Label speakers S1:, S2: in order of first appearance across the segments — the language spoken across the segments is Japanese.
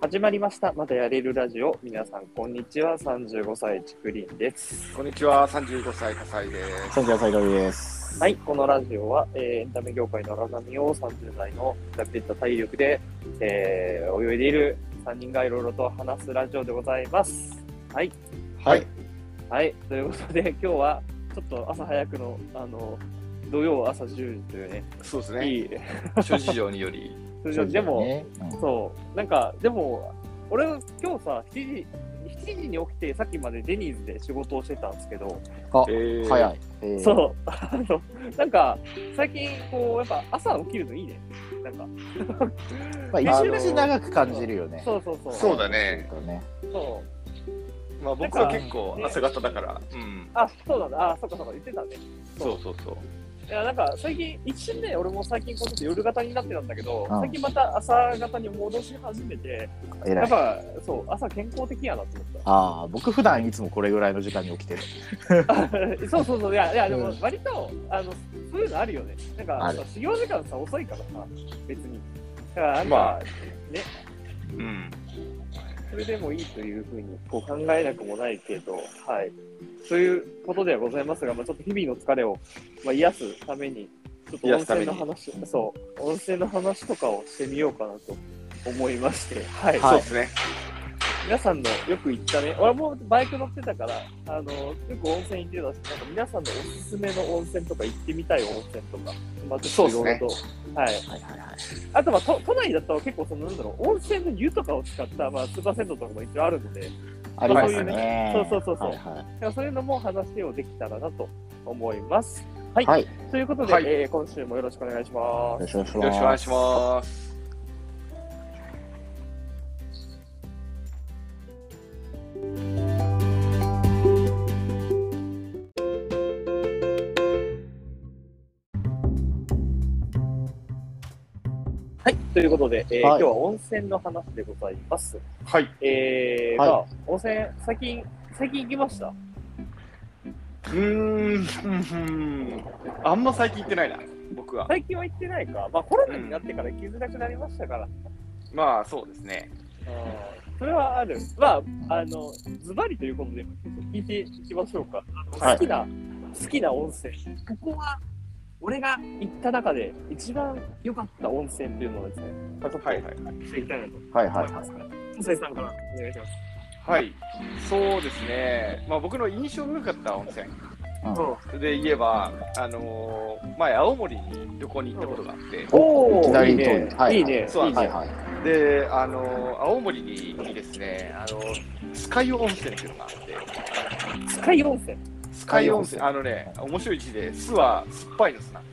S1: 始まりました。まだやれるラジオ。皆さん、こんにちは。35歳、ちくりんです。
S2: こんにちは、三十五歳笠井です。
S3: 三十歳鳥です。
S1: はい、このラジオは、えーエンタメ業界の荒波を30代のだってった体力で、えー泳いでいる3人がいろいろと話すラジオでございます。はい、
S3: はい。
S1: はい、ということで、今日はちょっと朝早くの、あの、土曜朝10時というね、
S2: そうですね。
S1: いい、
S4: 諸事情により、
S1: 通常でも、
S3: うん、
S1: そう、なんか、でも、俺、今日さ、7時、7時に起きて、さっきまでデニーズで仕事をしてたんですけど、
S3: あ、
S2: えー
S3: 早い。えー
S1: そう、あの、なんか、最近、こう、やっぱ朝起きるのいいね。なんか、
S3: まあ、
S1: あの
S3: 一日長く感じるよね。
S1: そうそうそう。
S2: そうだね。
S3: そうね。
S1: そう
S2: まあ僕は結構朝方だから。
S4: うん、
S1: あ、そうなんだ。あ、そっかそっか、言ってたね。
S4: そうそうそう。
S1: いや、なんか、最近、一瞬ね、俺も最近、この夜型になってたんだけど、
S3: うん
S1: 最近また朝型に戻し始めて、
S3: 偉
S1: やっ
S3: い。
S1: ぱ、そう、朝健康的やなと思った。
S3: ああ、僕普段いつもこれぐらいの時間に起きてる。
S1: そうそうそう、いや、いやでも
S3: うん
S1: 割と、あのそういうのあるよね。なんか
S3: あ、る
S1: 始業時間さ、遅いからさ、別に。だから、なんか、
S2: まあ
S1: ね、
S4: うん、
S1: それでもいいというふうにこう考えなくもないけど、はい。ということではございますが、まあ、ちょっと日々の疲れを、まあ、癒すために、ちょっと温泉の話、そう、温泉の話とかをしてみようかなと思いまして、はい。
S3: は
S2: そう
S3: い
S2: ですね。
S1: 皆さんのよく行ったね、俺もバイク乗ってたから、あのよく温泉行ってたし、なんか皆さんのおすすめの温泉とか行ってみたい温泉とか、まあ、ちょっといろいろと、はい。
S3: はいはいはい。
S1: あと、まあ都、都内だったら結構その、なんだろう、温泉の湯とかを使った、まあ、スーパー銭湯とかも一応あるので、
S3: ありま
S2: そうい
S3: す
S2: う
S3: ね。
S1: そうそうそうそう
S3: はいは
S1: なんかそういうのも話をできたらなと思います。はい。
S3: い。はい。
S1: ということで、
S2: はい
S1: えー今週もよろしくお願いしま
S3: よろ
S1: す。
S3: しくお願いし
S2: よ
S3: ま
S2: ろし
S3: す。
S2: くお願いします。
S1: はい。ということで、えー今
S3: はい
S1: 日は温泉の話でございます。
S2: はい。
S1: えー、
S3: はい
S1: まあ、温泉、最近、最近行きました
S2: うーん。うんあんま最近行ってないな。僕は。
S1: 最近は行ってないか。まあ、コロナになってから行きづらくなりましたから。
S2: まあそうですね。
S1: うんそれはある。まあ、あの、ズバリということで、聞いていきましょうか。
S3: はい
S1: 好きな、好きな温泉。ここは、俺が行った中で、一番良かった温泉というのをですね、まあ、ちょっと、
S2: はいはいはい。
S1: していきたいなと
S3: はいは
S1: 思
S3: い
S1: い
S3: は
S1: ま
S3: い
S1: す。から。水井さんからお願いします。
S2: はい。そうですね。まあ僕の印象深かった温泉で言えば、あのー前青森に旅行に行ったことがあって、
S1: お
S3: いきなり
S1: いいね
S3: とはい
S1: いいね。
S2: そう
S1: いい
S3: はい
S1: ね。
S3: はい。
S2: であのー青森にですね、あのースカイ温泉っていうのがあって。
S1: スカイ温泉。
S2: スカイ温泉、あのね、面白い字で、酢は酸っぱいの酢なんで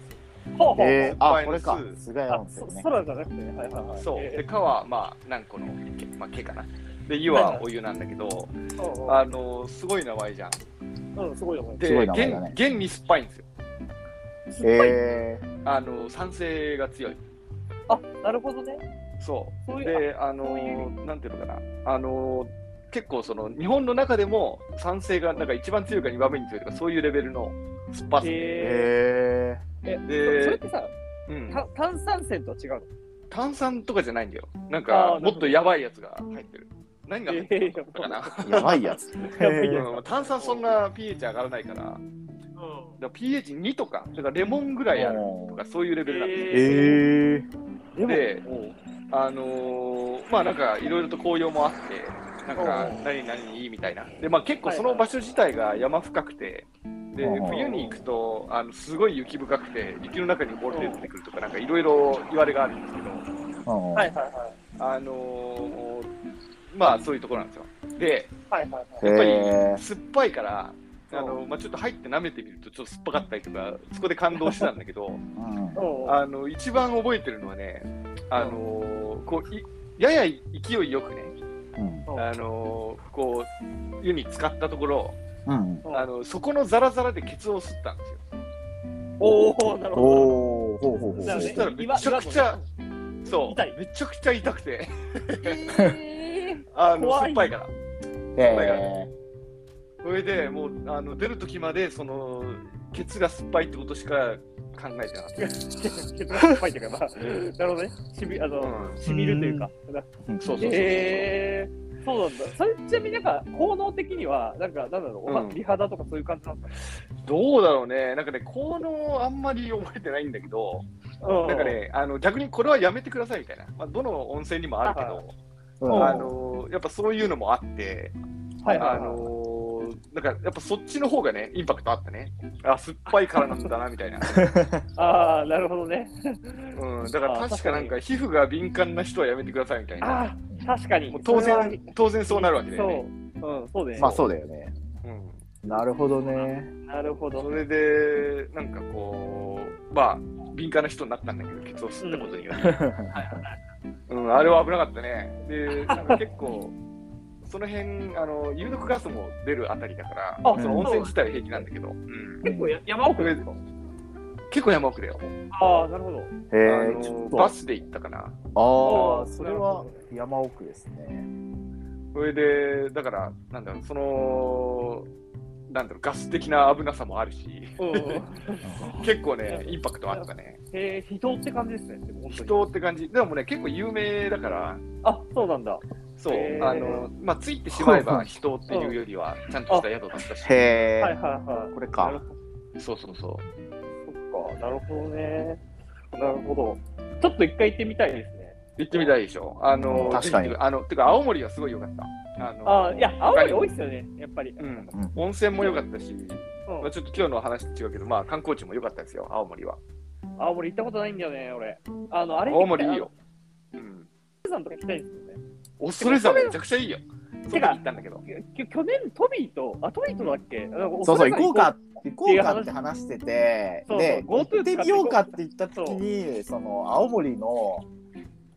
S1: ほうほう。
S3: えー、あ、これ
S2: 酸っ
S3: か
S2: ぱいの。酢
S3: すごい
S1: あ
S3: 温、
S1: そ
S3: 泉ね。
S1: 空じゃなくてね。はいはいはい。
S2: す。そう。で、
S1: え
S2: かは、まあ、何個の、けまあ、けかな。で、湯
S1: はいは
S2: はいお湯なんだけど、
S1: ーうんうん
S2: あの、すごい名前じゃん。
S1: うん、すごいと思います
S2: で、
S3: すごい名前だね
S2: 現現に酸っぱいんですよ。
S1: す。酸っぱい。
S3: えー、
S2: あの、酸性が強い。
S1: あ、なるほどね。
S2: そ
S1: そうい
S2: う。
S1: う、
S2: で、あの
S1: そうい
S2: ー、なんていうのかな。あのー、結構その、日本の中でも酸性が、なんか一番強いか二番目に強いとか、そういうレベルの酸っぱ
S1: あ
S2: さ。
S1: え
S3: え
S1: ーえ、
S2: で
S1: それってさ、
S2: うん。
S1: た炭酸泉とは違うの
S2: 炭酸とかじゃないんだよ。なん
S1: あ
S2: か
S1: ー、なる
S2: も
S1: ほ
S2: っ
S1: ど
S2: とやばいやつが入ってる。何が入ってるのかな。
S3: ー、やばいやつ。
S1: やばいや
S2: うん炭酸そんな pH 上がらないから、だか
S1: うん
S2: ら pH2 とか、だからレモンぐらいあるとか、そういうレベルなんで
S3: えー、
S1: でも
S2: で
S1: うん
S2: す。あのーまあなんかいろいろと紅葉もあって、なんか
S1: うん
S2: 何々いいみたいな。で、まあ結構その場所自体が山深くて、で
S3: うん、
S2: 冬に行くと、あのすごい雪深くて、雪の中に溺れて出てくるとか、なんかいろいろ言われがあるんですけど、
S3: うん
S1: はいはいはい。
S2: あのーまあそういうところなんですよ。で、
S1: はいはいはい。
S2: やっぱり
S3: え
S2: 酸っぱいから、あのまあ、ちょっと入って舐めてみるとちょっと酸っぱかったりとかそこで感動してたんだけど
S3: ー、うん。
S1: うん
S2: あの一番覚えてるのはねあのこういやや勢いよくね
S3: うん
S2: あのこう湯に浸かったところ
S3: うん。
S1: うん
S2: あのそこのザラザラでケツを吸ったんですよ
S1: おお、なるほど。
S3: おー、ほうほうほう
S1: な
S2: そ
S1: るほど
S2: し
S1: ね
S2: たらめちゃくちゃそう
S1: 痛い
S2: めちゃくちゃ痛くて
S1: えー
S2: あの
S1: 怖い
S2: 酸っぱいから
S3: え
S2: それでもうあの出る時までそのケツが酸っぱいってことしか考えてなかった。
S1: 結論が深いというか、まあ、なるほどね。しび、あの、
S2: うん
S1: しみるというか。なんか
S3: うん
S2: そうそうそうそう。
S1: へえー、そうなんだ。それちなみになんか、効能的には、なんか、なんだろう、おは
S2: うん
S1: 美肌とかそういう感じなんです
S2: どうだろうね、なんかね、効能あんまり覚えてないんだけど、
S1: かね。
S2: なんかね、あの逆にこれはやめてくださいみたいな、まあ、どの温泉にもあるけ
S1: は
S2: ど、
S3: うん
S2: あのやっぱそういうのもあって、
S1: はいはいはい
S2: あのなんかやっぱそっちの方がね、インパクトあったね、あ酸っぱいからなんだなみたいな、
S1: ああ、なるほどね。
S2: うん、だから確かなんか皮膚が敏感な人はやめてくださいみたいな、
S1: ああ、確かに。
S2: もう当
S1: それは
S2: 然、当然そうなるわけだよね。
S1: そう。うん、そうね。
S3: まあそうだよね。
S2: うん
S3: なるほどね。
S1: なるほど
S2: そ。れで、なんかこう、まあ、敏感な人になったんだけど、ケツを吸ったことにより。うん、あれは危なかったね。で、なんか結構、その辺、あの、有毒ガスも出るあたりだから、
S1: あ
S2: その温泉自体は平気なんだけど、うん
S1: 結構や山奥ですか
S2: 結構山奥だよ。
S1: ああ、なるほど。
S3: へ
S2: あ
S3: え、ちょ
S2: の
S3: っ
S2: バ
S3: と。
S2: スで行ったかな。
S3: あ
S1: あ
S3: あ、
S1: ー
S3: それは山奥ですね。
S2: それで、だから、なんだろう、その、なんだろう、ガス的な危なさもあるし、
S1: うん。
S2: 結構ね、インパクトあったね。
S1: へえ、人って感じですね。でも本当に。
S2: 人って感じ。でもね、結構有名だから、
S1: あ、そうなんだ。
S2: そう、
S1: へー
S2: あの、まあ、ついてしまえ
S3: うんう
S2: ば
S3: ん
S2: 人っていうよりは、ちゃんとした宿だったし、
S3: へ
S1: はいはい
S3: え、
S1: はい。
S3: こ
S1: なる
S3: れか。
S1: ほど。
S2: そうそうそ
S1: そっか、なるほどね。なるほど。ちょっと一回行ってみたいですね。
S2: う。行ってみたいでしょ。あの、
S3: 確かに
S2: ぜひあの、てか、青森はすごい良かった。あの
S1: ああ、いや、青森多い
S2: い。
S1: っすよね、やっぱり。
S2: う
S1: うん
S2: ん
S3: うん。
S2: 温泉も良かったし、まあ、
S1: うん
S2: ちょっと今日の話と違うけど、まあ、観光地も良かったですよ、青森は。
S1: 青森行ったことないんだよね、俺。あの、あれ
S2: 青森いいよ。。うん。
S1: あの富士山とか行きたいんですよね。
S2: 恐れ山めちゃくちゃいいよ。
S1: て
S2: そこに
S1: か
S2: 行ったんだけど。
S1: きょ去年トビーと、あ、トビーとだっけなんか
S3: そうそう、行こうか、行こう
S1: っ
S3: かってて
S1: いう
S3: 話してて、
S1: そうそう
S3: で、
S1: GoTo
S3: 行ってみようかって言った時に、その、青森の、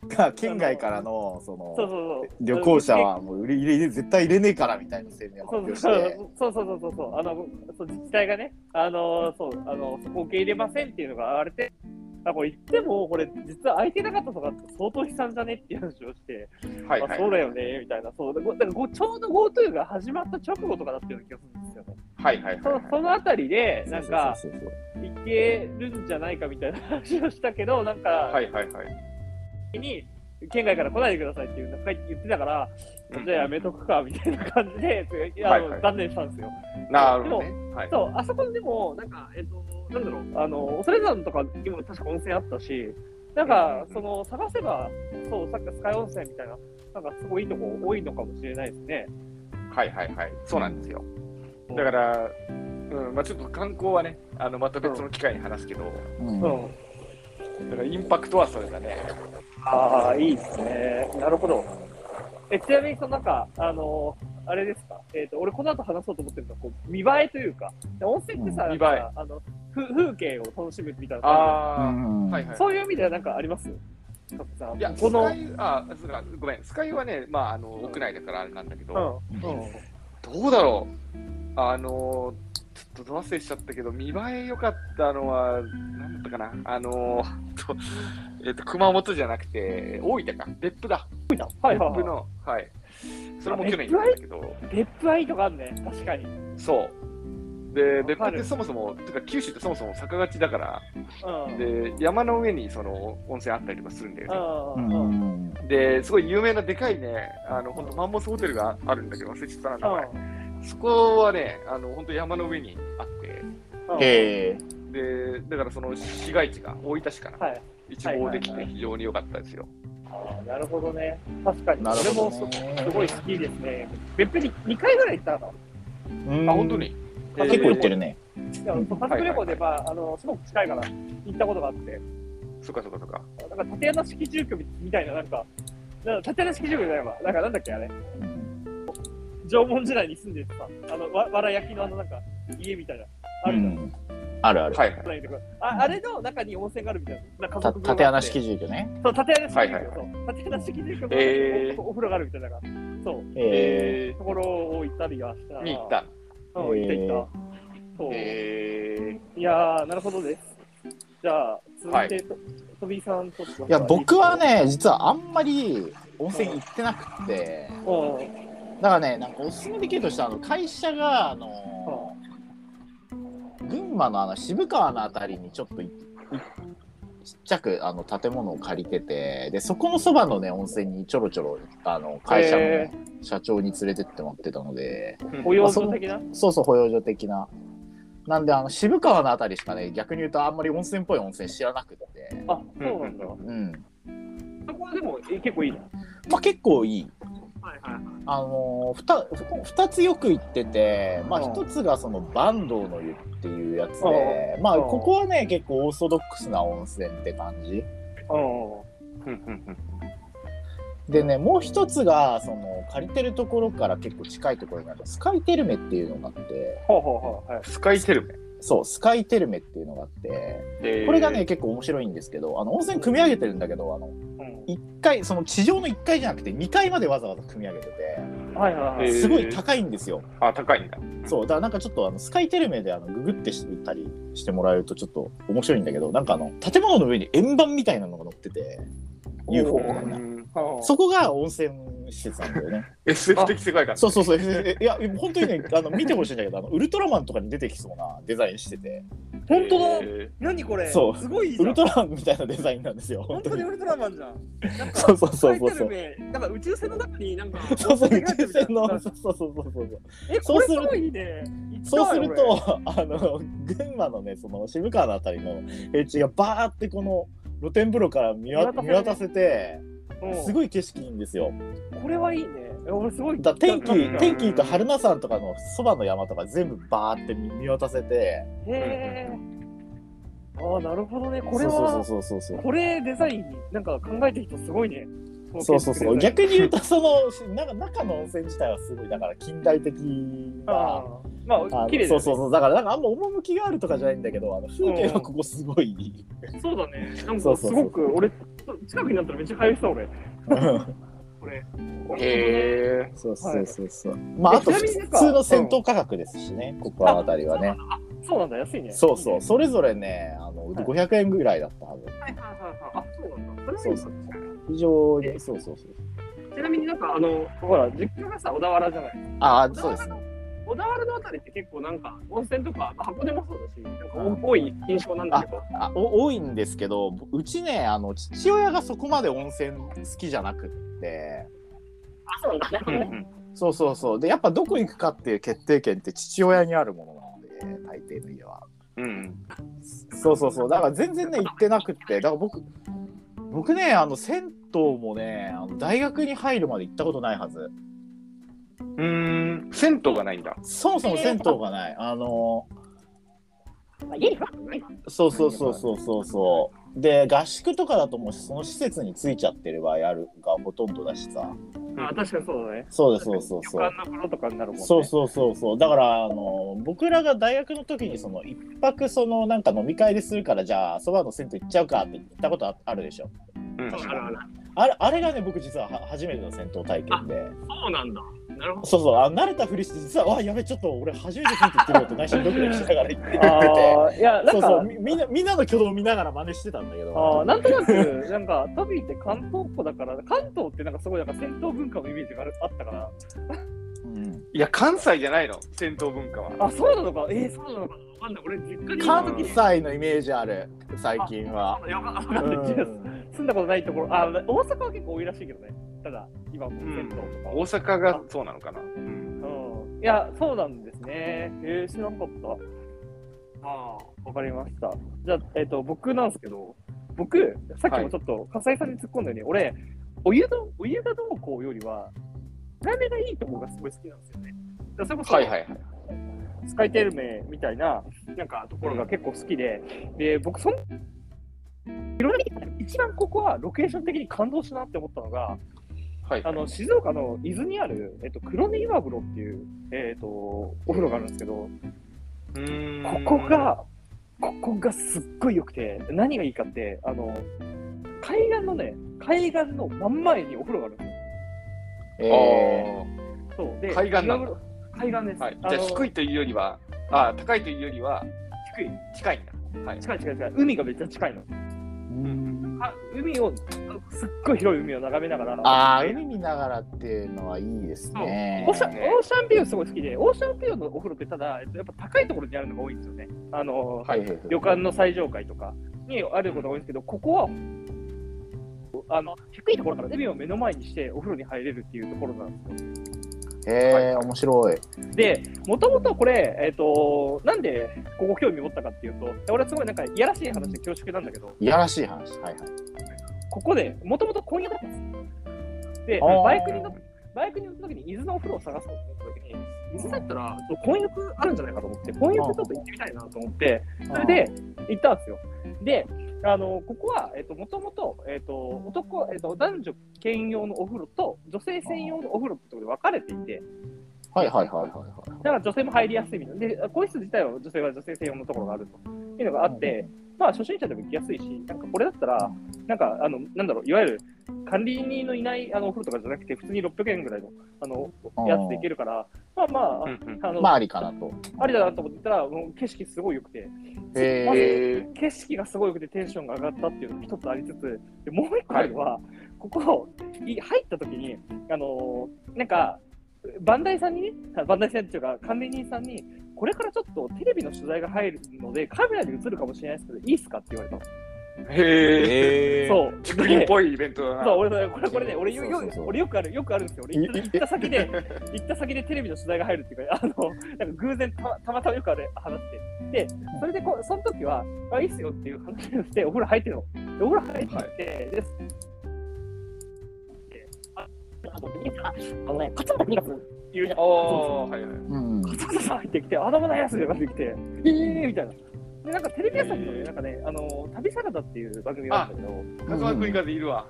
S3: が県外からの、その、
S1: そうそうそう。
S3: 旅行者はもう売り入れ絶対入れねえからみたいな声明を発
S1: そう
S3: 表し
S1: そう
S3: て。
S1: そうそうそうそうそうあのそう自治体がねあのそうあのそこ受け入れませんっていうのがあれであこれ言ってもこれ実は空いてなかったとかって相当悲惨じゃねっていう話をして、
S2: はいは
S1: あ
S2: い
S1: そうだよねみたいなそうだだからごちょうど GoTo が始まった直後とかだったような気がするんですよね
S2: はいはいはいは
S1: そ
S2: い。
S1: そのあたりでなんか
S3: そうそうそう
S1: 行けるんじゃないかみたいな話をしたけどなんか、
S2: はいはいはい。
S1: に県外から来ないでくださいっていうなんか言ってたから、
S2: うん
S1: じゃあやめとくかみたいな感じでいやあ
S2: は
S1: の
S2: いはい
S1: 断念したんですよ
S2: なるほどね。はい。
S1: そう、あそこでも、なんか、えっと、なんだろう、あの、恐山とかにも確か温泉あったし、なん
S2: うんうん
S1: か
S2: う、ん
S1: その、探せば、そう、さっきのスカイ温泉みたいな、なんか、すごいいいとこ多いのかもしれないですね。
S2: はいはいはい。そうなんですよ。だから、うん、まあちょっと観光はね、あの、また別の機会に話すけど、
S3: う
S1: うん。
S3: ん
S2: だからインパクトはそれだね。
S1: ああ、いいですね。なるほど。え、ちなみに、その、なんか、あの、あれですか、えっ、と、俺、この後話そうと思ってるのは、こう、見栄えというか、温泉ってさ、
S2: うん
S1: なんかあの、ふ風景を楽しむみたいな感
S2: ああ、はい
S1: じ
S2: は
S1: で
S2: い。
S1: そういう意味ではなんかありますカップさん
S2: いや、
S1: こ
S2: こ
S1: の、
S2: の
S1: う
S2: スカイあそうかごめん、スカイはね、まあ、あの屋内だからあれなんだけど、
S1: ん、うん。
S2: どうだろう、あのちょっと忘れしちゃったけど、見栄え良かったのは、なんだったかな、あのとえっと熊本じゃなくて、大分か、別府だ、
S1: はい
S2: 別
S1: はい、はい
S2: 府。の、はい、それも去年行ったんだけど、
S1: 別府はいいとこあるね、確かに。うん。
S2: そう。で、別府
S1: わか
S2: って
S1: る
S2: そもそも、てか九州ってそもそも坂勝ちだから、で山の上にその温泉あったりとかするんだよね。
S1: うん。うん。
S2: ですごい有名なでかいね、あの本当マンモスホテルがあるんだけど、忘れちゃったな、名前そこはね、あの本当山の上にあって、
S3: へえ。
S2: でだからその市街地が大分市から
S1: はい。
S2: 一望でき
S1: はいはい
S2: て、非常に良かったですよ。
S1: ああ、なるほどね。確かに。
S3: なる
S1: それ
S3: ほ
S1: も
S3: ど
S1: す
S3: ね。
S1: ごい好きですね。別府に2回ぐらい行ったの。
S3: うん
S2: あ、本当。に、
S3: あ
S1: えー
S3: 結構行ってるね。
S1: 家族旅行で、まあ、あの、すごく近いから行ったことがあって、
S2: そっかそっかそっか。
S1: なんか縦穴式住居みたいな、なんか、なんか縦穴式住居じゃないわ。なんかなんだっけ、あれ。
S3: うん
S1: 縄文時代に住んでてさ、あの、わわら焼きのあの、なんか、家みたいな。あるじゃん。
S3: うんあるある。
S2: はいはい。
S1: ないとこああれの中に温泉があるみたいな。なんか家
S3: た
S1: 族風呂があって
S3: 縦穴式住居ね。
S1: そう、縦穴式
S2: はいはいはい
S1: そう縦穴式住居の
S2: えー
S1: おお風呂があるみたいなのが、そう、
S3: へえ。
S2: え
S1: ところを行ったりはした。
S2: ー、に行った。
S1: うん、行った
S3: えー
S1: 行った。そう、
S2: えー、
S1: いやー、なるほどです。じゃあ、続
S2: はい
S1: いて、ととびさんちょっと。
S3: いや、僕は、ね、実はあんまり温泉行ってなくて、
S1: うん、
S3: だからね、なんかおすすめできるとしたら、あの会社が、あの、群馬のあの渋川のあたりにちょっといいちっちゃくあの建物を借りててでそこのそばのね温泉にちょろちょろあの会社のね、
S1: え
S3: 社長に連れてってもらってたので
S2: うん
S1: 保養所的な
S3: そうそう保養所的ななんであの渋川のあたりしかね逆に言うとあんまり温泉っぽい温泉知らなくって
S1: あ、そうなんだ。
S3: うん
S1: そこはでも、え結構いいな。
S3: まあ結構いい
S1: はいはいはい。
S3: あのー、ふた2つよく行ってて、まあ、
S1: うん
S3: 1つがその坂東の湯っていうやつで、
S1: うん
S3: まあ
S1: うん
S3: ここはね結構オーソドックスな温泉って感じ
S1: うん。
S3: でねもう1つがその借りてるところから結構近いところにあるスカイテルメっていうのがあって
S1: ほうほうほう。はい。
S2: スカイテルメ。
S3: そうスカイテルメっていうのがあってこれがね、結構面白いんですけどあの温泉組み上げてるんだけどあの
S1: う
S3: 1階その地上の1階じゃなくて2階までわざわざ組み上げて
S1: ん、はいはいはい。
S2: へ
S3: て
S2: ー
S3: すごい高いんですよ。
S2: あ、高いんだ。
S3: そう、だからなんかちょっとあのスカイテルメであのググってしたりしてもらえるとちょっと面白いんだけど、なんかあの建物の上に円盤みたいなのが乗ってて、UFO みたいな。そこが温泉施設なんだよね。
S2: SF 的世界観。
S3: そうそうそう。いや、本当にね、あの見てほしいんだけど、あのウルトラマンとかに出てきそうなデザインしてて、
S1: 本当だ
S2: へー
S1: 何これ
S3: そう
S1: すごいじ
S3: ウ
S1: ゃ
S3: ル
S1: ん
S3: トラマンみたいなデザインなんですよ。
S1: 本 当にウルトラマンじゃん。なんか
S3: そうそうそうそう
S1: タイトル名なんか宇宙船の中になんか。
S3: そう そう、宇宙船の、
S1: なん
S3: そ
S1: か
S3: うそうそうそうそう。
S1: え、これすごいね。
S3: そうする
S1: 行き
S3: と、 あの、群馬のね、その渋川のあたりの平地がバーってこの露天風呂から見わ見
S1: 見渡
S3: 渡
S1: せ
S3: せ
S1: たい
S3: て、
S1: な、
S3: す
S1: い。
S3: ごい景色いいんですよ。
S1: これはいいね。え俺すごい。
S3: だ天気
S1: なんか
S3: 天気と春名山とかのそばの山とか全部バーって見見渡せて、
S1: へーああ、なるほどね。これ
S3: そう
S1: は、
S3: そうそうそうそう。
S1: これデザインになんか考えてる人すごいね。
S3: そうそうそう。
S1: 逆
S3: 逆に言うとそのしなんか中の温泉自体はすごいだから近代的
S1: あ
S3: な。
S1: ーま
S3: あ
S1: あ、
S3: の
S1: 綺麗だ
S3: そ
S1: よ
S3: う
S1: ね
S3: そうそうだからなんかあんま趣があるとかじゃないんだけどあの風景はここすごい、
S1: そうだね。なん
S3: そう
S1: か
S3: そうそう
S1: すごく俺近くになったらめっちゃ入りそう俺。これ。
S2: へ
S3: そうそうそうそう、まああと
S1: えちな
S3: 普
S1: みに
S3: 通
S1: なんか
S3: の銭湯価格ですしね、ここあたりはね
S1: そうなんだ安いね。
S3: そうそうそれぞれねあの500円ぐらいだったはず
S1: はいはいはいはい。あそうなんだ。それはい
S3: そ
S1: いうね
S3: そう非常にそうそうそう
S1: ちなみになんかあのほら実家がさ小田原じゃない。
S3: ああ
S1: 小田
S3: そう
S1: 原
S3: ですね
S1: の小田原のあたりって結構なんか温泉とか箱根もそうだし、なんか多い印象なんだけど。
S3: あお多いんですけどうちねあの父親がそこまで温泉好きじゃなくって
S1: あそうなんだ
S4: うんう
S1: ね。
S4: ん
S3: そうそうそうでやっぱどこ行くかっていう決定権って父親にあるものなので大抵の家は
S4: うん
S3: そうそうそうだから全然ね行ってなくってだから僕僕ねあの銭湯もねあの大学に入るまで行ったことないはず
S2: うーん。銭湯がないんだ。
S3: そもそも銭湯がないあの
S1: あ家にフラットないな。
S3: そうそうそうそうそうそうで合宿とかだともうその施設についちゃってる場合あるがほとんどだしさ
S1: あ確かにそうだね。
S3: そうですそうそうそう
S1: 旅館の風呂とかになるもんね。
S3: そうそうそうそうだからあの僕らが大学の時にその一泊そのなんか飲み会でするからじゃあそばの銭湯行っちゃうかって言ったことああるでしょ
S2: うん
S1: あらあら
S3: あれあれがね僕実はは初めての銭湯体験で
S1: そうなんだ。なるほど。
S3: そうそうあ慣れたふりして実はわやべちょっと俺初めて銭湯行ってみようと内緒にドキドキしながら行 ってて
S1: ああいやな
S3: そ
S1: ん
S3: うそう
S1: か
S3: みみんなみんなの挙動を見ながら真似してたんだけ
S1: あー
S3: ど
S1: なんとなく、なんか、トビーって関東っ子だから、関東ってなんかすごいなんか戦闘文化のイメージがあるあったから、
S3: うん
S2: いや、関西じゃないの、銭湯文化は。
S1: あ、そうなのか、えー、そうなのか、わかんない、俺、実家にいた
S3: 関
S1: 時に、
S3: 西のイメージある最近は。
S1: やば
S3: う
S1: 住
S3: ん
S1: んだことないところ、あ、大阪は結構多いらしいけどね、ただ、今も
S2: う
S1: 戦
S2: ん
S1: 闘とか。
S2: 大阪がそうなのかな。うん
S1: うんいや、そうなんですね。えー、知らなかった。ああ、わかりました。じゃあ、えっ、と、僕なんですけど、僕、さっきもちょっと、笠井さんに突っ込んだように、俺、お湯の、お湯がどうこうよりは、ラメがいいとこがすごい好きなんですよね。だからそれこそ、
S2: はいはいはい。
S1: スカイテルメみたいな、なんかところが結構好きで、で、僕、そんいろんな意味で一番ここはロケーション的に感動したなって思ったのが、
S2: はい
S1: あの静岡の伊豆にある、えっと、黒根岩風呂っていう、えっとお風呂があるんですけど、こ
S2: うーん
S1: こ、が、ここがすっごい良くて、何がいいかって、あの海岸のね、海岸の真ん前にお風呂があるんです
S2: あ
S3: え
S2: ー
S1: よ。そうで
S2: 海岸なん
S1: 岩風
S2: だ
S1: 呂海岸です。
S2: はい、
S1: あの
S2: じゃあ低いというよりは、あー高いというよりは
S1: 低い
S2: 近いんだ。はい、
S1: 近い近い近い海がめっちゃ近いの。
S3: うん
S1: あ海を、すっごい広い海を眺めながら、
S3: ああ、海見ながらっていうのはいいですね
S1: オ。ーシャンオーシャンビューすごい好きで、オーシャンビューのお風呂ってただ、えっとやっぱ高いところにあるのが多いんですよね。あの
S3: はいはいはい
S1: 旅館の最上階とかにあることが多いんですけど、ここはあの低いところから海を目の前にしてお風呂に入れるっていうところなんですよ。
S3: へえ、面白い。
S1: で、もともとこれ、えっと、なんでここ興味持ったかっていうと、俺はすごいなんかいやらしい話で恐縮なんだけど、
S3: いやらしい話。はいはい。
S1: ここでもともと婚約だったんですで、
S3: あー
S1: バイクに乗っバイクに乗った時に伊豆のお風呂を探そうと思った時に、伊豆だったらちょっと婚約あるんじゃないかと思って、婚約ちょっと行ってみたいなと思って、それで行ったんですよ。で、あのここは、えっともともと、えっと男えっと男女兼用のお風呂と女性専用のお風呂ってところで分かれていて、
S3: はいはいはいはいはい。
S1: だから女性も入りやすいみたいな。で、更衣室自体は女性は女性専用のところがあるというのがあって、まあ、初心者でも行きやすいし、なんかこれだったら、なんか、あの、なんだろう、いわゆる管理人のいないあのお風呂とかじゃなくて、普通に600円ぐらいのあの
S3: うん、
S1: やつでいけるから、まあまあ、あの、
S3: まあありかなと。
S1: ありだなと思ってたら、もう景色すごい良くて、
S3: へえ。
S1: 景色がすごい良くてテンションが上がったっていうのが一つありつつ、でもう一個あるのは、ここい入った時に、あのーなんか、バンダイさんにね、バンダイさんっていうか、管理人さんに、これからちょっとテレビの取材が入るので、カメラに映るかもしれないですけど、いいっすかって言われたの。
S2: へえ。
S3: へ
S1: そう。
S2: 竹林っぽいイベントだな。
S1: そう俺ねこれこれね、俺よ
S3: そうそう
S1: よ
S3: そう
S1: 俺よくあるよくあるんですよ。俺行った行った先で 行った先でテレビの取材が入るっていうか、あのなんか偶然たまたまたまよくある話で、でそれでこうその時はあいいっすよっていう話をしてお風呂入ってるの。でお風呂入って、で。ああの兄さんああのね、勝村兄さんっていうじゃん
S2: ああ、はいはい。
S3: うん。
S1: 勝村さん入ってきて、あだ名ないやつが出てきて、えーみたいな。で、なんかテレビ朝日のね、なんかね、あの旅サラダっていう番組があるんだけど、
S2: カズマクイカズいるわ。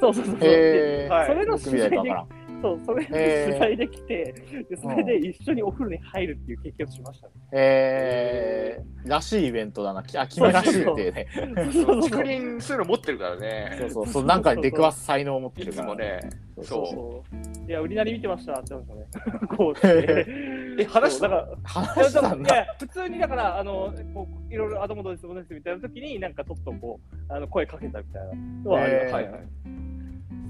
S1: そうそうそうそう。で
S3: へえ。
S1: それの取
S3: よ
S1: 材
S3: く見
S1: で
S3: ないかわか
S1: そう、それで
S3: へー
S1: 取材できて、でそれで一緒にお風呂に入るっていう経験をしました、ね。
S3: らん。へえ。らしいイベントだな。きあ、君らしいっていうね。
S1: そうそう
S2: 竹
S1: そう
S2: 林、そういうの持ってるから
S3: そ
S2: ね
S3: う。そうそう。なんかに出くわす才能を持って
S2: い
S3: る
S2: つ
S3: か
S2: も
S3: ら。
S2: ね。
S3: そう
S1: そ
S3: そうう
S1: そう。いや、売りなり見てましたって言ってましたね。こうして。
S2: え話し
S1: そ
S2: た
S1: うだか
S3: 話
S1: ら
S3: したんだ。
S1: いや普通にだから、あの、こういろいろ後戻りして戻してみたいな時に、なんかちょっとこう、あの声かけたみたいなのはありました
S2: は
S1: ね
S2: いはい。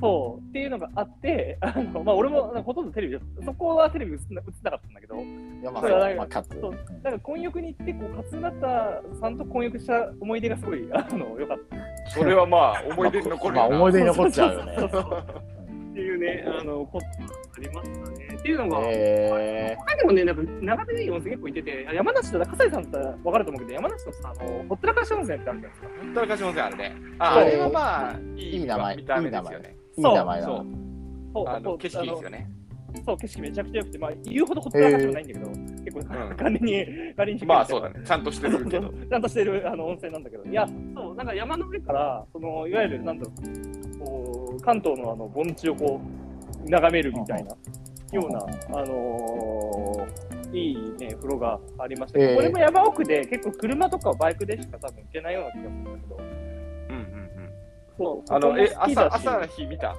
S1: そうっていうのがあって、あのまあ、俺もほとんどテレビで、そこはテレビ映んな映ってなかったんだけど、
S3: いやまあ
S1: そ
S3: そううまあカット
S1: そうなんか婚約に行ってこう勝俣さんと婚約した思い出がすごいあの良かった
S2: それはまあ、思い出に残る
S3: まあ
S2: よな。
S3: 思い出に残っちゃうよね。
S1: っていうねあのことがありましたね。っていうのが、
S3: へえ。
S1: 他にもねなんか長めでいい温泉結構行っててあ山梨だ笠井さんって分かると思うけど山梨のさあのほったらかし温泉ってあるじゃないですか。
S2: ほったらかしません、あれね。ああれはまあ、い
S3: い
S2: い
S3: い名前
S2: 見た目ですよね。
S3: いい名前だ
S2: そ
S3: な
S2: う。。
S1: そう
S2: あ
S1: そ
S2: の
S1: う
S2: 景色いいですよね。
S1: そう景色めちゃくちゃ良くてまあ言うほどほったらかしはないんだけど、結構
S2: うん
S1: 金に金に
S2: まあそうだね。ちゃんとしてる
S1: そう
S2: け
S1: そ
S2: ど。
S1: うちゃんとしてるあの温泉なんだけど、いや、そう、なんか山の上から、そのいわゆる、なんだろう、こう関東のあの盆地をこう眺めるみたいなような、あのーいいね、風呂がありましたけど、
S3: ええ
S1: これも山奥で、結構車とかバイクでしか多分行けないような気がするんだけど、
S2: うんうんうん。
S1: そう、
S2: あ
S1: ここ
S2: の、
S1: も
S2: え、
S1: 好きだ
S2: 朝、
S1: し
S2: 朝の日見た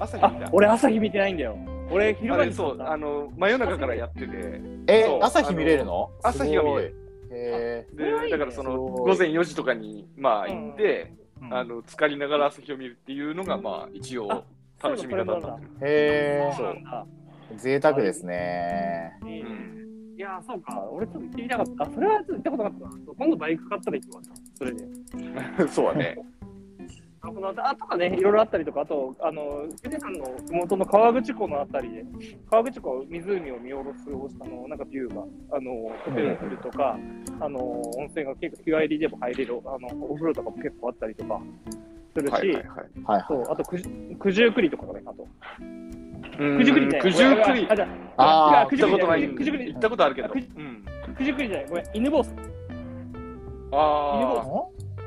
S2: 朝
S1: あ
S2: 日見た
S1: 俺、朝日見てないんだよ。俺、昼
S2: あ
S1: 間
S2: れ
S1: に
S2: そう、あの、真夜中からやってて、
S3: え
S2: そう、
S3: 朝日見れるの
S2: あの朝日が見れ
S3: る。へ
S1: それはいいね
S2: で、だからその、
S3: すごい
S2: 午前4時とかに、まあ行って、
S3: え。
S2: あの、浸かりながら朝日を見るっていうのが、まあ一応、楽しみ方だったんだけど。
S3: へ
S1: そうなんだ。
S3: え。贅沢ですね。
S1: いいうね
S2: ん
S1: いやーそうか、俺ちょっと行ってみたかった。あそれはちょっと行ったことなかったな。今度バイク買ったら行くわ。それで。
S2: そうだね。
S1: あこのあとかね、いろいろあったりとか、あと、あの、富士山の麓の川口湖のあたりで、川口湖は湖を見下ろす、あの、なんかビューが、あの、ホテルホテルとか、あの、温泉が結構、日帰りでも入れる、あの、お風呂とかも結構あったりとかするし、
S2: はいはいはい。
S3: はいはい。
S1: そう、あと九十、九十九里とかね、あと。
S2: 九
S1: 九十九里じゃない。
S2: 九十九
S1: あ、
S2: 里。
S1: じゃ
S3: ああ
S1: 九
S2: 行っ
S1: 十九里
S2: たこ
S1: じ
S2: と
S1: ゃな
S2: な。
S1: いい。九十九
S2: 行
S1: 里
S2: ったことあるけど。
S1: 九
S2: うん。
S1: 九十九里じゃない。ごめん、犬坊主。
S2: あ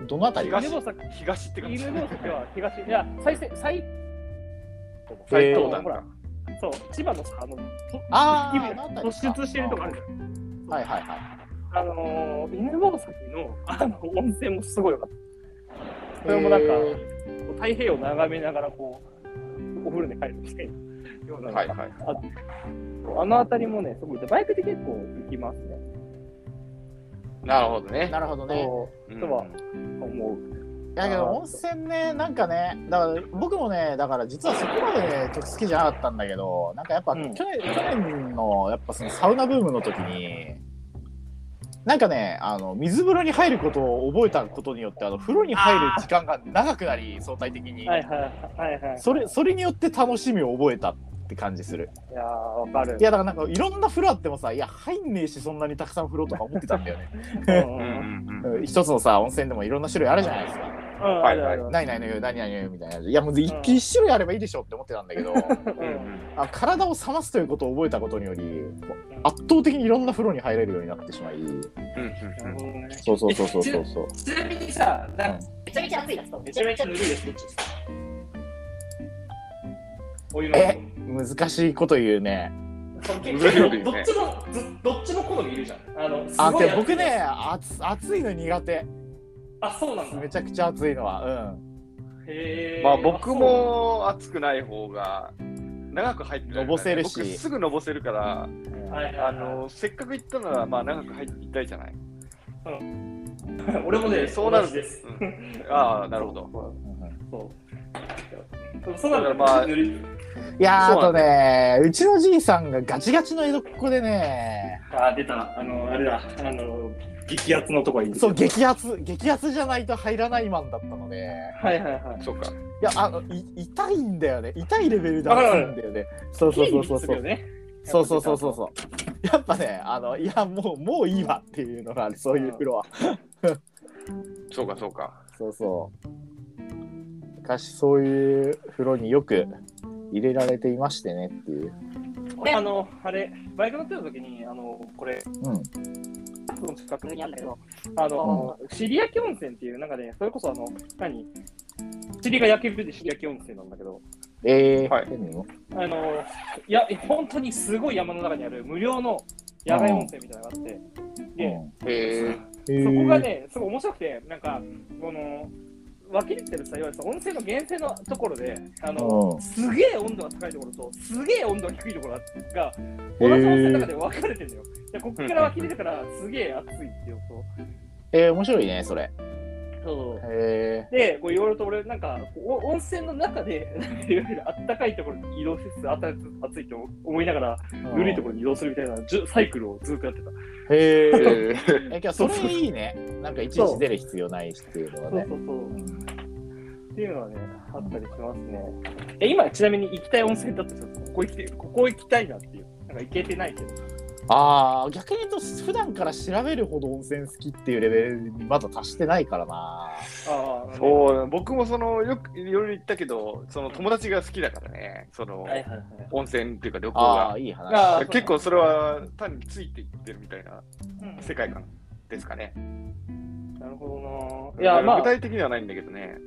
S3: んどのあたり
S2: 東
S1: 犬坊主だ
S2: あ、東って感じ。
S1: 犬坊主では東、いや、最西、最、
S2: 斎
S3: え
S2: 藤
S3: ー
S2: だ
S1: ほらそう、千葉のさ、あの、
S3: あー
S1: 突
S3: あの
S1: 起
S3: 辺り
S1: 突出してるとこあるじゃん。
S3: はいはいは
S1: あのー、犬吠埼のあの温泉もすごい良かった。
S3: い。
S1: それもなんか、
S3: へ
S1: こ
S3: ー
S1: う太平洋を眺めながら、こう、お風呂に入るみたいなような、
S2: はいはい。
S1: あの辺りもね、すごい、バイクで結構行きますね。
S2: なるほどね。
S3: なるほどね。
S1: そう、
S2: うん
S1: とは思う。
S3: だけど温泉ねなんかねだから僕もねだから実はそこまで時好きじゃなかったんだけどなんかやっぱ去
S1: うん
S3: 年,、去年のやっぱそのサウナブームの時になんかねあの水風呂に入ることを覚えたことによってあの風呂に入る時間が長くなり相対的に、
S1: はいはいはいはい。
S3: それそれによって楽しみを覚えたって感じする
S1: いやー、わかる
S3: い。やだからなんかいろんな風呂あってもさいや入んねえしそんなにたくさん風呂とか思ってたんだよね
S1: うん
S4: う
S1: うん
S4: うんんうん
S3: うん一つのさ温泉でもいろんな種類あるじゃないですか
S1: うん
S2: はいはい
S1: うん
S3: 何々のよ、何々のよみたいな。いや、もう一気一種類あればいいでしょって思ってたんだけ ど、あ体を冷ますということを覚えたことにより、もう圧倒的にいろんな風呂に入れるようになってしまい、
S1: なるほどね
S3: そうそうそうそうそうそう。
S5: ちなみにさ、なんかめちゃめちゃ暑いやつとめちゃめちゃぬるいやつどっちですかお湯の
S3: え難しいこと言うね。
S5: その
S2: ぬるいより
S5: ど
S2: ね
S5: っちのずどっちの好みいるじゃん。あのす
S3: あ、
S5: ごい
S3: で
S5: 暑い
S3: 僕ね、暑暑いの苦手。
S5: あそうなんだ。
S3: めちゃくちゃ暑いのは。うん。
S5: へー
S2: まあ僕も暑くない方が長く入ってられ
S3: のぼせるし
S2: 僕すぐのぼせるから、
S5: あそうはいはいはい
S2: あのせっかく行ったならまあ長く入っていたいじゃない。
S5: 俺もね
S2: そうなる
S5: 同じです。
S2: うんああなるほど。
S5: そうそうなると
S2: だからまあ
S5: ぬるい
S3: いやー、
S2: そ
S3: あ
S2: う
S3: と
S2: なん
S3: ね、うちのじいさんがガチガチの江戸っ子でね、
S5: あ出たあのあれだあの激アツのとこにいる
S3: そう、激熱、激熱じゃないと入らないマンだったので、
S1: はいはいはい。
S2: そうか。
S3: いや、あの、い痛いんだよね。痛いレベルで熱いんだよね。そうそうそうそう
S1: 筋肉つ
S3: そ
S1: く
S3: う
S1: よ。ね
S3: そうそうそうそうそう。やっぱね、あの、いや、もう、もういいわっていうのがある、そういう風呂は。
S2: そうかそうか。
S3: そうそう。昔、そういう風呂によく入れられていましてねっていう。
S1: あの、あれ、バイク乗ってた時に、あの、これ、
S3: うん。
S1: の近くにあるんだけど、あの、尻焼き温泉っていう、なんかね、それこそあの、何尻が焼けるで尻焼き温泉なんだけど、
S3: えー、
S2: はい
S3: 変にも
S1: あの、いや、本当にすごい山の中にある無料の野外温泉みたいなのがあって、で、
S2: へえ。
S3: うん
S1: そこが
S3: へ
S1: ね、すごい面白くて、なんか、この、湧き出てるさ、いわゆるさ温泉の源泉のところで、あ
S3: ー
S1: の、
S3: うん
S1: すげえ温度が高いところと、すげえ温度が低いところが、
S3: え
S1: 同じ温泉の中
S3: ー
S1: で分かれてるのよ。で、こっから湧き出てから、すげえ暑いっていう
S3: えー、面白いね、それ。
S1: と。そう
S3: え
S1: で、こういろいろと俺、なんか、こうお温泉の中で、なんかいわゆるあったかいところに移動しつつ、あったかく暑いと思いながら、
S3: ー。
S1: ぬるいとこ
S3: ろ。
S1: ろに移動するみたいな、じゅサイクルをずっとやってた。
S3: へー。
S2: へ
S3: え、今日それいいね。なんかいちいち出る必要ないしっていうのは
S1: そう
S3: ね。
S1: そうそう。っていうのはね、あったりしますね。え、今、ちなみに行きたい温泉だったんですよ。ここ行きて、ここ行きたいなっていう。なんか行けてないけど。
S3: ああ、逆に言うと、普段から調べるほど温泉好きっていうレベルにまだ達してないからな。
S1: ああ、う。
S2: そう僕もそのよくいろいろ言ったけどその友達が好きだからねその、
S1: はいはいはい。
S2: 温泉っていうか旅行
S3: あ
S2: が
S3: あ、いい話。
S1: あー
S2: 結構それは単についていってるみたいな
S1: うん
S2: 世界観ですかね。
S1: なるほどな。いや、まあ
S2: 具、体的ではないんだけどね。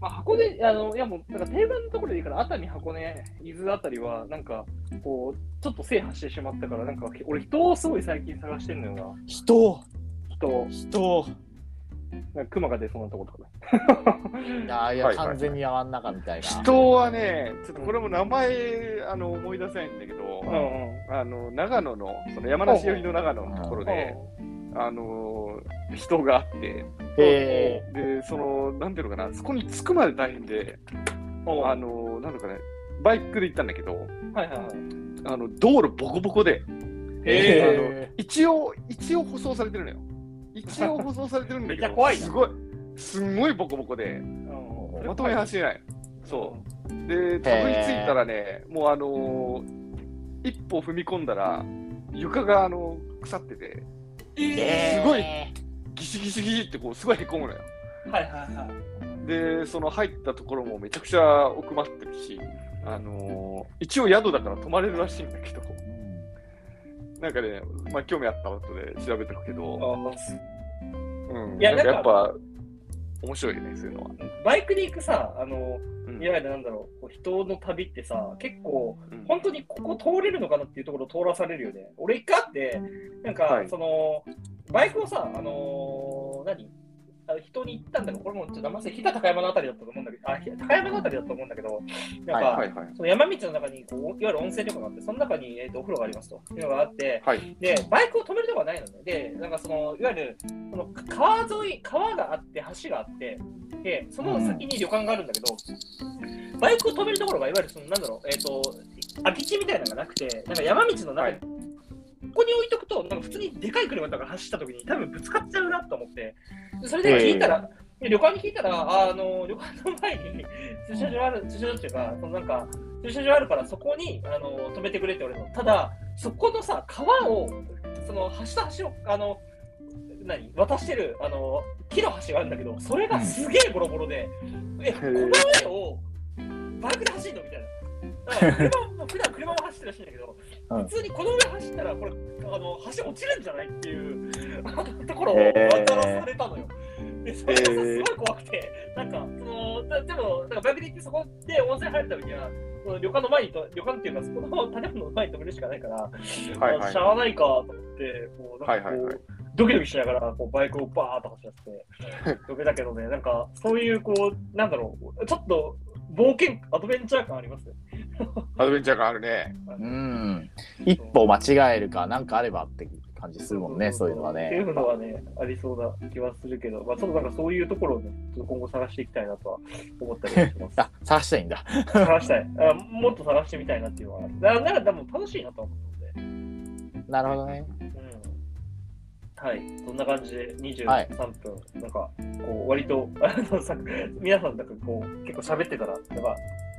S1: まあ、箱根、あの、いやもう、なんか定番のところでいいから、熱海、箱根、伊豆あたりは、なんか、こう、ちょっと制覇してしまったから、なんか、俺、人をすごい最近探してんのよ
S3: 人、
S1: な。人を、
S3: 人。
S1: なんか熊が出そうなところとかね。
S3: いやいや、
S2: はいはい
S3: 完全に山ん中みたいな。
S2: 人はね、ちょっとこれも名前あの思い出せないんだけど、
S1: うんうん。
S2: あの長野のその山梨寄りの長野のところで、あの人があって、
S3: え
S2: でそのなんていうのかな、そこに着くまで大変で、あのなんとかね、バイクで行ったんだけど、
S1: はいはいはい。
S2: あの道路ボコボコで。
S3: え
S2: 一応、一応舗装されてるのよ。一応舗装されてるんだけ
S1: めっ
S2: ど、
S1: ちゃ怖いな
S2: すごい、すんごいボコボコで、
S1: うん
S2: まともに走れない。そう。で、たどり着いたらね、もうあのー一歩踏み込んだら、床があの腐ってて、す
S3: ー
S2: ごい、ギシギシギシってこう、すごいへこむのよ。
S1: はいはいはい。
S2: で、その入ったところもめちゃくちゃ奥まってるし、あのー一応宿だから泊まれるらしいんだけど、なんかね、まあ興味あった後で調べてくけど、うん、
S1: いや
S2: なんか
S1: な
S2: や
S1: んか
S2: っぱ面白いよね、そういうのは。
S1: バイクで行くさ、あの、
S2: うん
S1: いわゆるなんだろう、こう人の旅ってさ、結構、
S2: うん
S1: 本当にここ通れるのかなっていうところを通らされるよね。俺一回あって、なんか、
S2: はい
S1: その、バイクをさ、あのー何あの適当に行ったんだけど、これもちょっと騙せ、日田高山のあたりだったと思うんだけど、あ、日田高山のあたりだったと思うんだけど、なんか、
S2: はいはい。
S1: その山道の中にこう、いわゆる温泉旅館があって、その中に、えー、とお風呂がありますというのがあって、
S2: はい。
S1: で、バイクを止めるとこはないので、で、なんかその、いわゆる、その川沿い、川があって、橋があって、で、その先に旅館があるんだけど、バイクを止めるところが、いわゆるその、なんだろう、えっ、と、空き地みたいなのがなくて、なんか山道の中に、
S2: はい
S1: ここに置いとくと、なんか普通にでかい車とか走った時に、多分ぶつかっちゃうなと思って、でそれで聞いたら、で旅館に聞いたら、ああの旅館の前に駐車場ある、駐車場っていうか、そのなんか、駐車場あるからそこにあの止めてくれって言われたのただそこのさ川をその橋と橋をあの何渡してるあの木の橋があるんだけどそれがすげえボロボロで、えこの上をバイクで走るのみたいな。だから車も普段車も走ってるらしいんだけど、
S3: うん
S1: 普通にこの上走ったらこれあの橋落ちるんじゃないっていう あのところを
S3: へー
S1: 渡らされたのよ。でそれがさすごい怖くて、なんかそのだでもなんかバイクで行ってそこで温泉入った時はその旅館の前にと旅館っていうかそこの建物の前に止めるしかないから、
S2: はいは
S1: あ
S2: い
S1: しゃあないかと思ってこうなんかこう、
S2: はいはいはい
S1: ドキドキしながらこうバイクをバーッと走ら せてどけだけどねなんかそういうこうなんだろうちょっと冒険アドベンチャー感ありますね。
S2: アドベンチャーがあるね。
S3: うん。一歩間違えるか、なんかあればって感じするもんね、そういうのは
S1: っていう
S3: ね。
S1: のはね、ありそうな気はするけど、まあ、ちょっとなんかそういうところをね、ちょっと今後探していきたいなとは思ったりはし ます。
S3: あ、探したいんだ。
S1: 探したいあ。もっと探してみたいなっていうのはある。だから、でも楽しいなとは思ったの
S3: なるほどね。
S1: で。うん。はい。そんな感じで
S3: はい
S1: 23分、なんか、こう、割と、 あの、さ皆さんなんかこう、結構喋ってたら、なんか、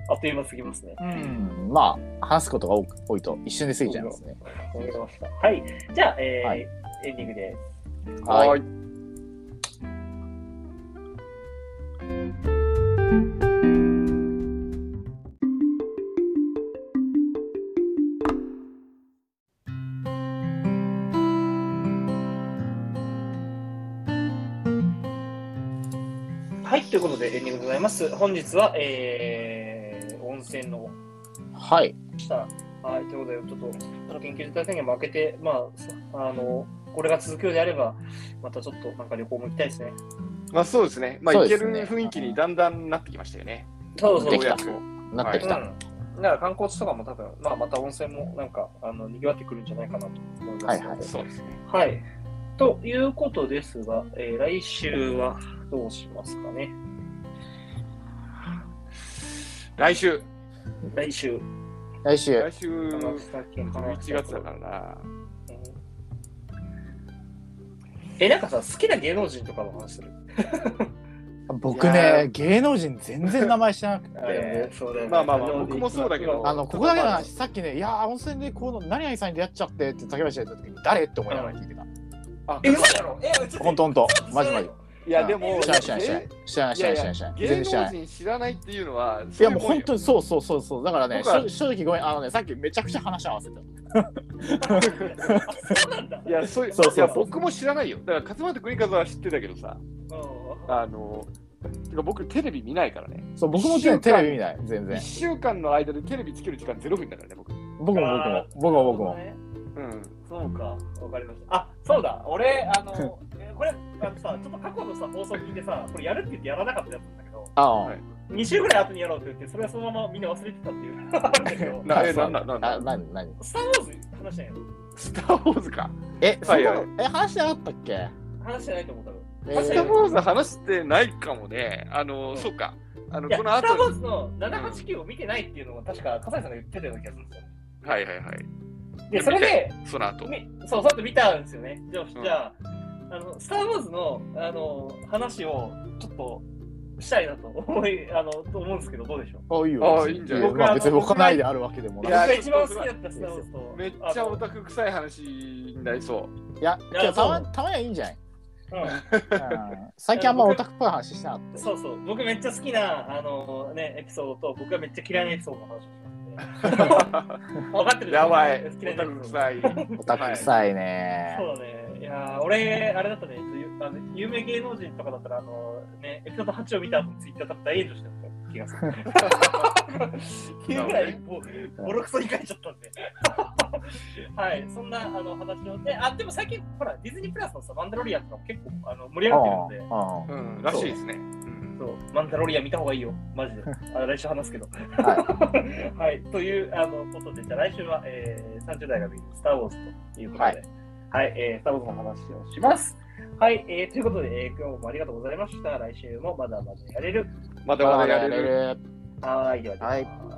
S1: あっという間すぎますね。
S3: うん。まあ、話すことが多く多いと一瞬で過ぎちゃいますね。
S1: 思いました。はい。じゃあ、えー
S3: はい
S1: エンディングです。
S3: はい。
S2: い。
S1: はい、ということでエンディングでございます。本日は、えー、温泉の
S3: はい。
S1: 下、はい、ということで、ちょっと、その緊急事態宣言も明けて、まあそ、あの、これが続くようであれば、またちょっとなんか旅行も行きたいですね。
S2: まあそうですね。まあ
S3: そう
S2: 行
S3: で
S2: け
S3: すね
S2: る雰囲気にだんだんなってきましたよね。
S1: そう
S3: そうできた
S2: ようやく
S3: なってきた。
S1: うん、だから観光地とかも多分、まあ、また温泉もなんか、あの、賑わってくるんじゃないかなと思います。
S3: はいはい。
S2: そうですね。
S1: はい。ということですが、えー来週はどうしますかね。
S2: 来週。
S1: 来週、
S3: 来週。
S2: 来週、
S1: 花
S2: 11
S1: 咲花咲
S2: 月だからな。
S1: え、なんかさ、好きな芸能人とかの話する。
S3: 僕
S2: いや
S3: ね
S2: ー、
S3: 芸能人全然名前知らなくて。
S1: えーそうだよね
S2: まあまあまあ僕もそうだけど
S3: あのここだけの話、さっきね、いやー、温泉でこうの、何々さんに出会っちゃってって、竹林が言った時に、誰って思いながら聞いてた。
S2: あ
S1: え、嘘だろえ、ちょっと
S3: ほんとほんと、マジマジ。
S2: いやでも、
S3: 知らない知らない知ら
S2: え。
S3: ない知らない知らない知らない知らない。全
S2: 芸
S3: 然知
S2: 能
S3: らない。
S2: 人知らないっていうのは、
S3: いやもう本当にそうそうそうそうだからね
S2: 僕は
S3: 正正直ごめんあのねさっきめちゃくちゃ話合わせた
S1: そうなんだ。
S2: いや、そう
S3: そうそうそう
S2: いや僕も知らないよ。だから、勝俣国和は知ってたけどさ、
S1: うん
S2: あの、てか僕、テレビ見ないからね。
S3: そう僕も
S2: 一週
S3: ね
S2: 間
S3: テレビ見ない全
S2: 1
S3: 然
S2: 週間の間でテレビつける時間0分だからね、僕。う
S3: 僕も僕も僕も僕も。
S2: ん。
S1: そうか、わかりました。あ、そうだ、俺、あ の、えこれ、あのさ、ちょっと過去のさ、放送聞いてさ、これやるって言ってやらなかったやつなんだけど、
S3: ああ、
S2: はい
S1: 2週ぐらい後にやろうって言って、それはそのままみんな忘れてたっていう。あるんだけ ど
S2: な
S3: あ
S2: え
S3: そう
S2: なんだなんだ
S3: あななに
S1: スター・ウォーズ話したんやろ
S2: スター・ウォーズか。
S3: えそんな
S2: はいはい
S3: のえ話してなかったっけえ
S1: 話してないと思う多分。
S3: ー
S2: スター・ウォーズ話してないかもね。あの、そうか。あの、
S1: いや、
S2: こ
S1: ス
S2: の
S1: ター・ウォ
S2: 後
S1: ー
S2: に。
S1: ズの789を見てないっていうのを確か、笠井さんが言ってたような気がするんですよ。
S2: はいはいはい。
S1: で、それで、
S2: その後。
S1: みそう、そうやって見たんですよね。じゃあ、
S2: うん
S1: じゃあ、あの、スター・ウォーズの、あの、話を、ちょっと、したいなと思い、あの、と思うんですけど、どうでしょう
S3: あいいよ
S2: あいいんじゃない
S3: よまあ別に
S1: 僕は
S3: 僕ないであるわけでも
S1: 僕
S2: い
S3: ないいや
S2: や
S1: が一番好きだったスター・ウォーズと。
S2: めっちゃオタク臭い話になりそう。
S3: いや
S1: いや
S3: けどたま
S1: そ
S3: たまにはいいんじゃない
S1: あの
S3: うん最近あんまオタクっぽい話してなか
S1: う
S3: っ
S1: ん
S3: た
S1: そうそう。僕めっちゃ好きな、あのね、エピソードと、僕がめっちゃ嫌いなエピソードの話をしますね。分かってるでしょ
S2: やばい。
S1: 好
S2: オ
S1: きなエピ
S2: タ
S1: ソー
S2: ク
S1: ド
S2: 臭い。
S3: オタク臭いね
S1: そうだね。いやー俺、あれだったね、ゆあの有名芸能人とかだったら、あのね、エピソード8を見た後、ツイッター多分大炎上してたんですよ。気がす る。っていうぐ らい、もう、ボロクソに書いちゃったんで。はい、そんなあの話をで、あ、でも最近、ほら、ディズニープラスのさ、マンダロリアンとか結構あの盛り上がってるんで、
S3: ああ
S2: うん、らしいですね。うん
S1: そう、マンダロリアン見た方がいいよ、マ ジで。あ来週話すけど。
S3: は
S1: はい、というあのことで、じゃあ来週は、えー、30代が見るスター・ウォーズということで、はい、えースター・ウォーズの話をします。はい、えーということで、えー今日もありがとうございました。来週もまだまだやれる。
S2: ま
S3: い。
S2: だまだやれる。
S3: る。
S1: はーい、ではでは。
S3: はい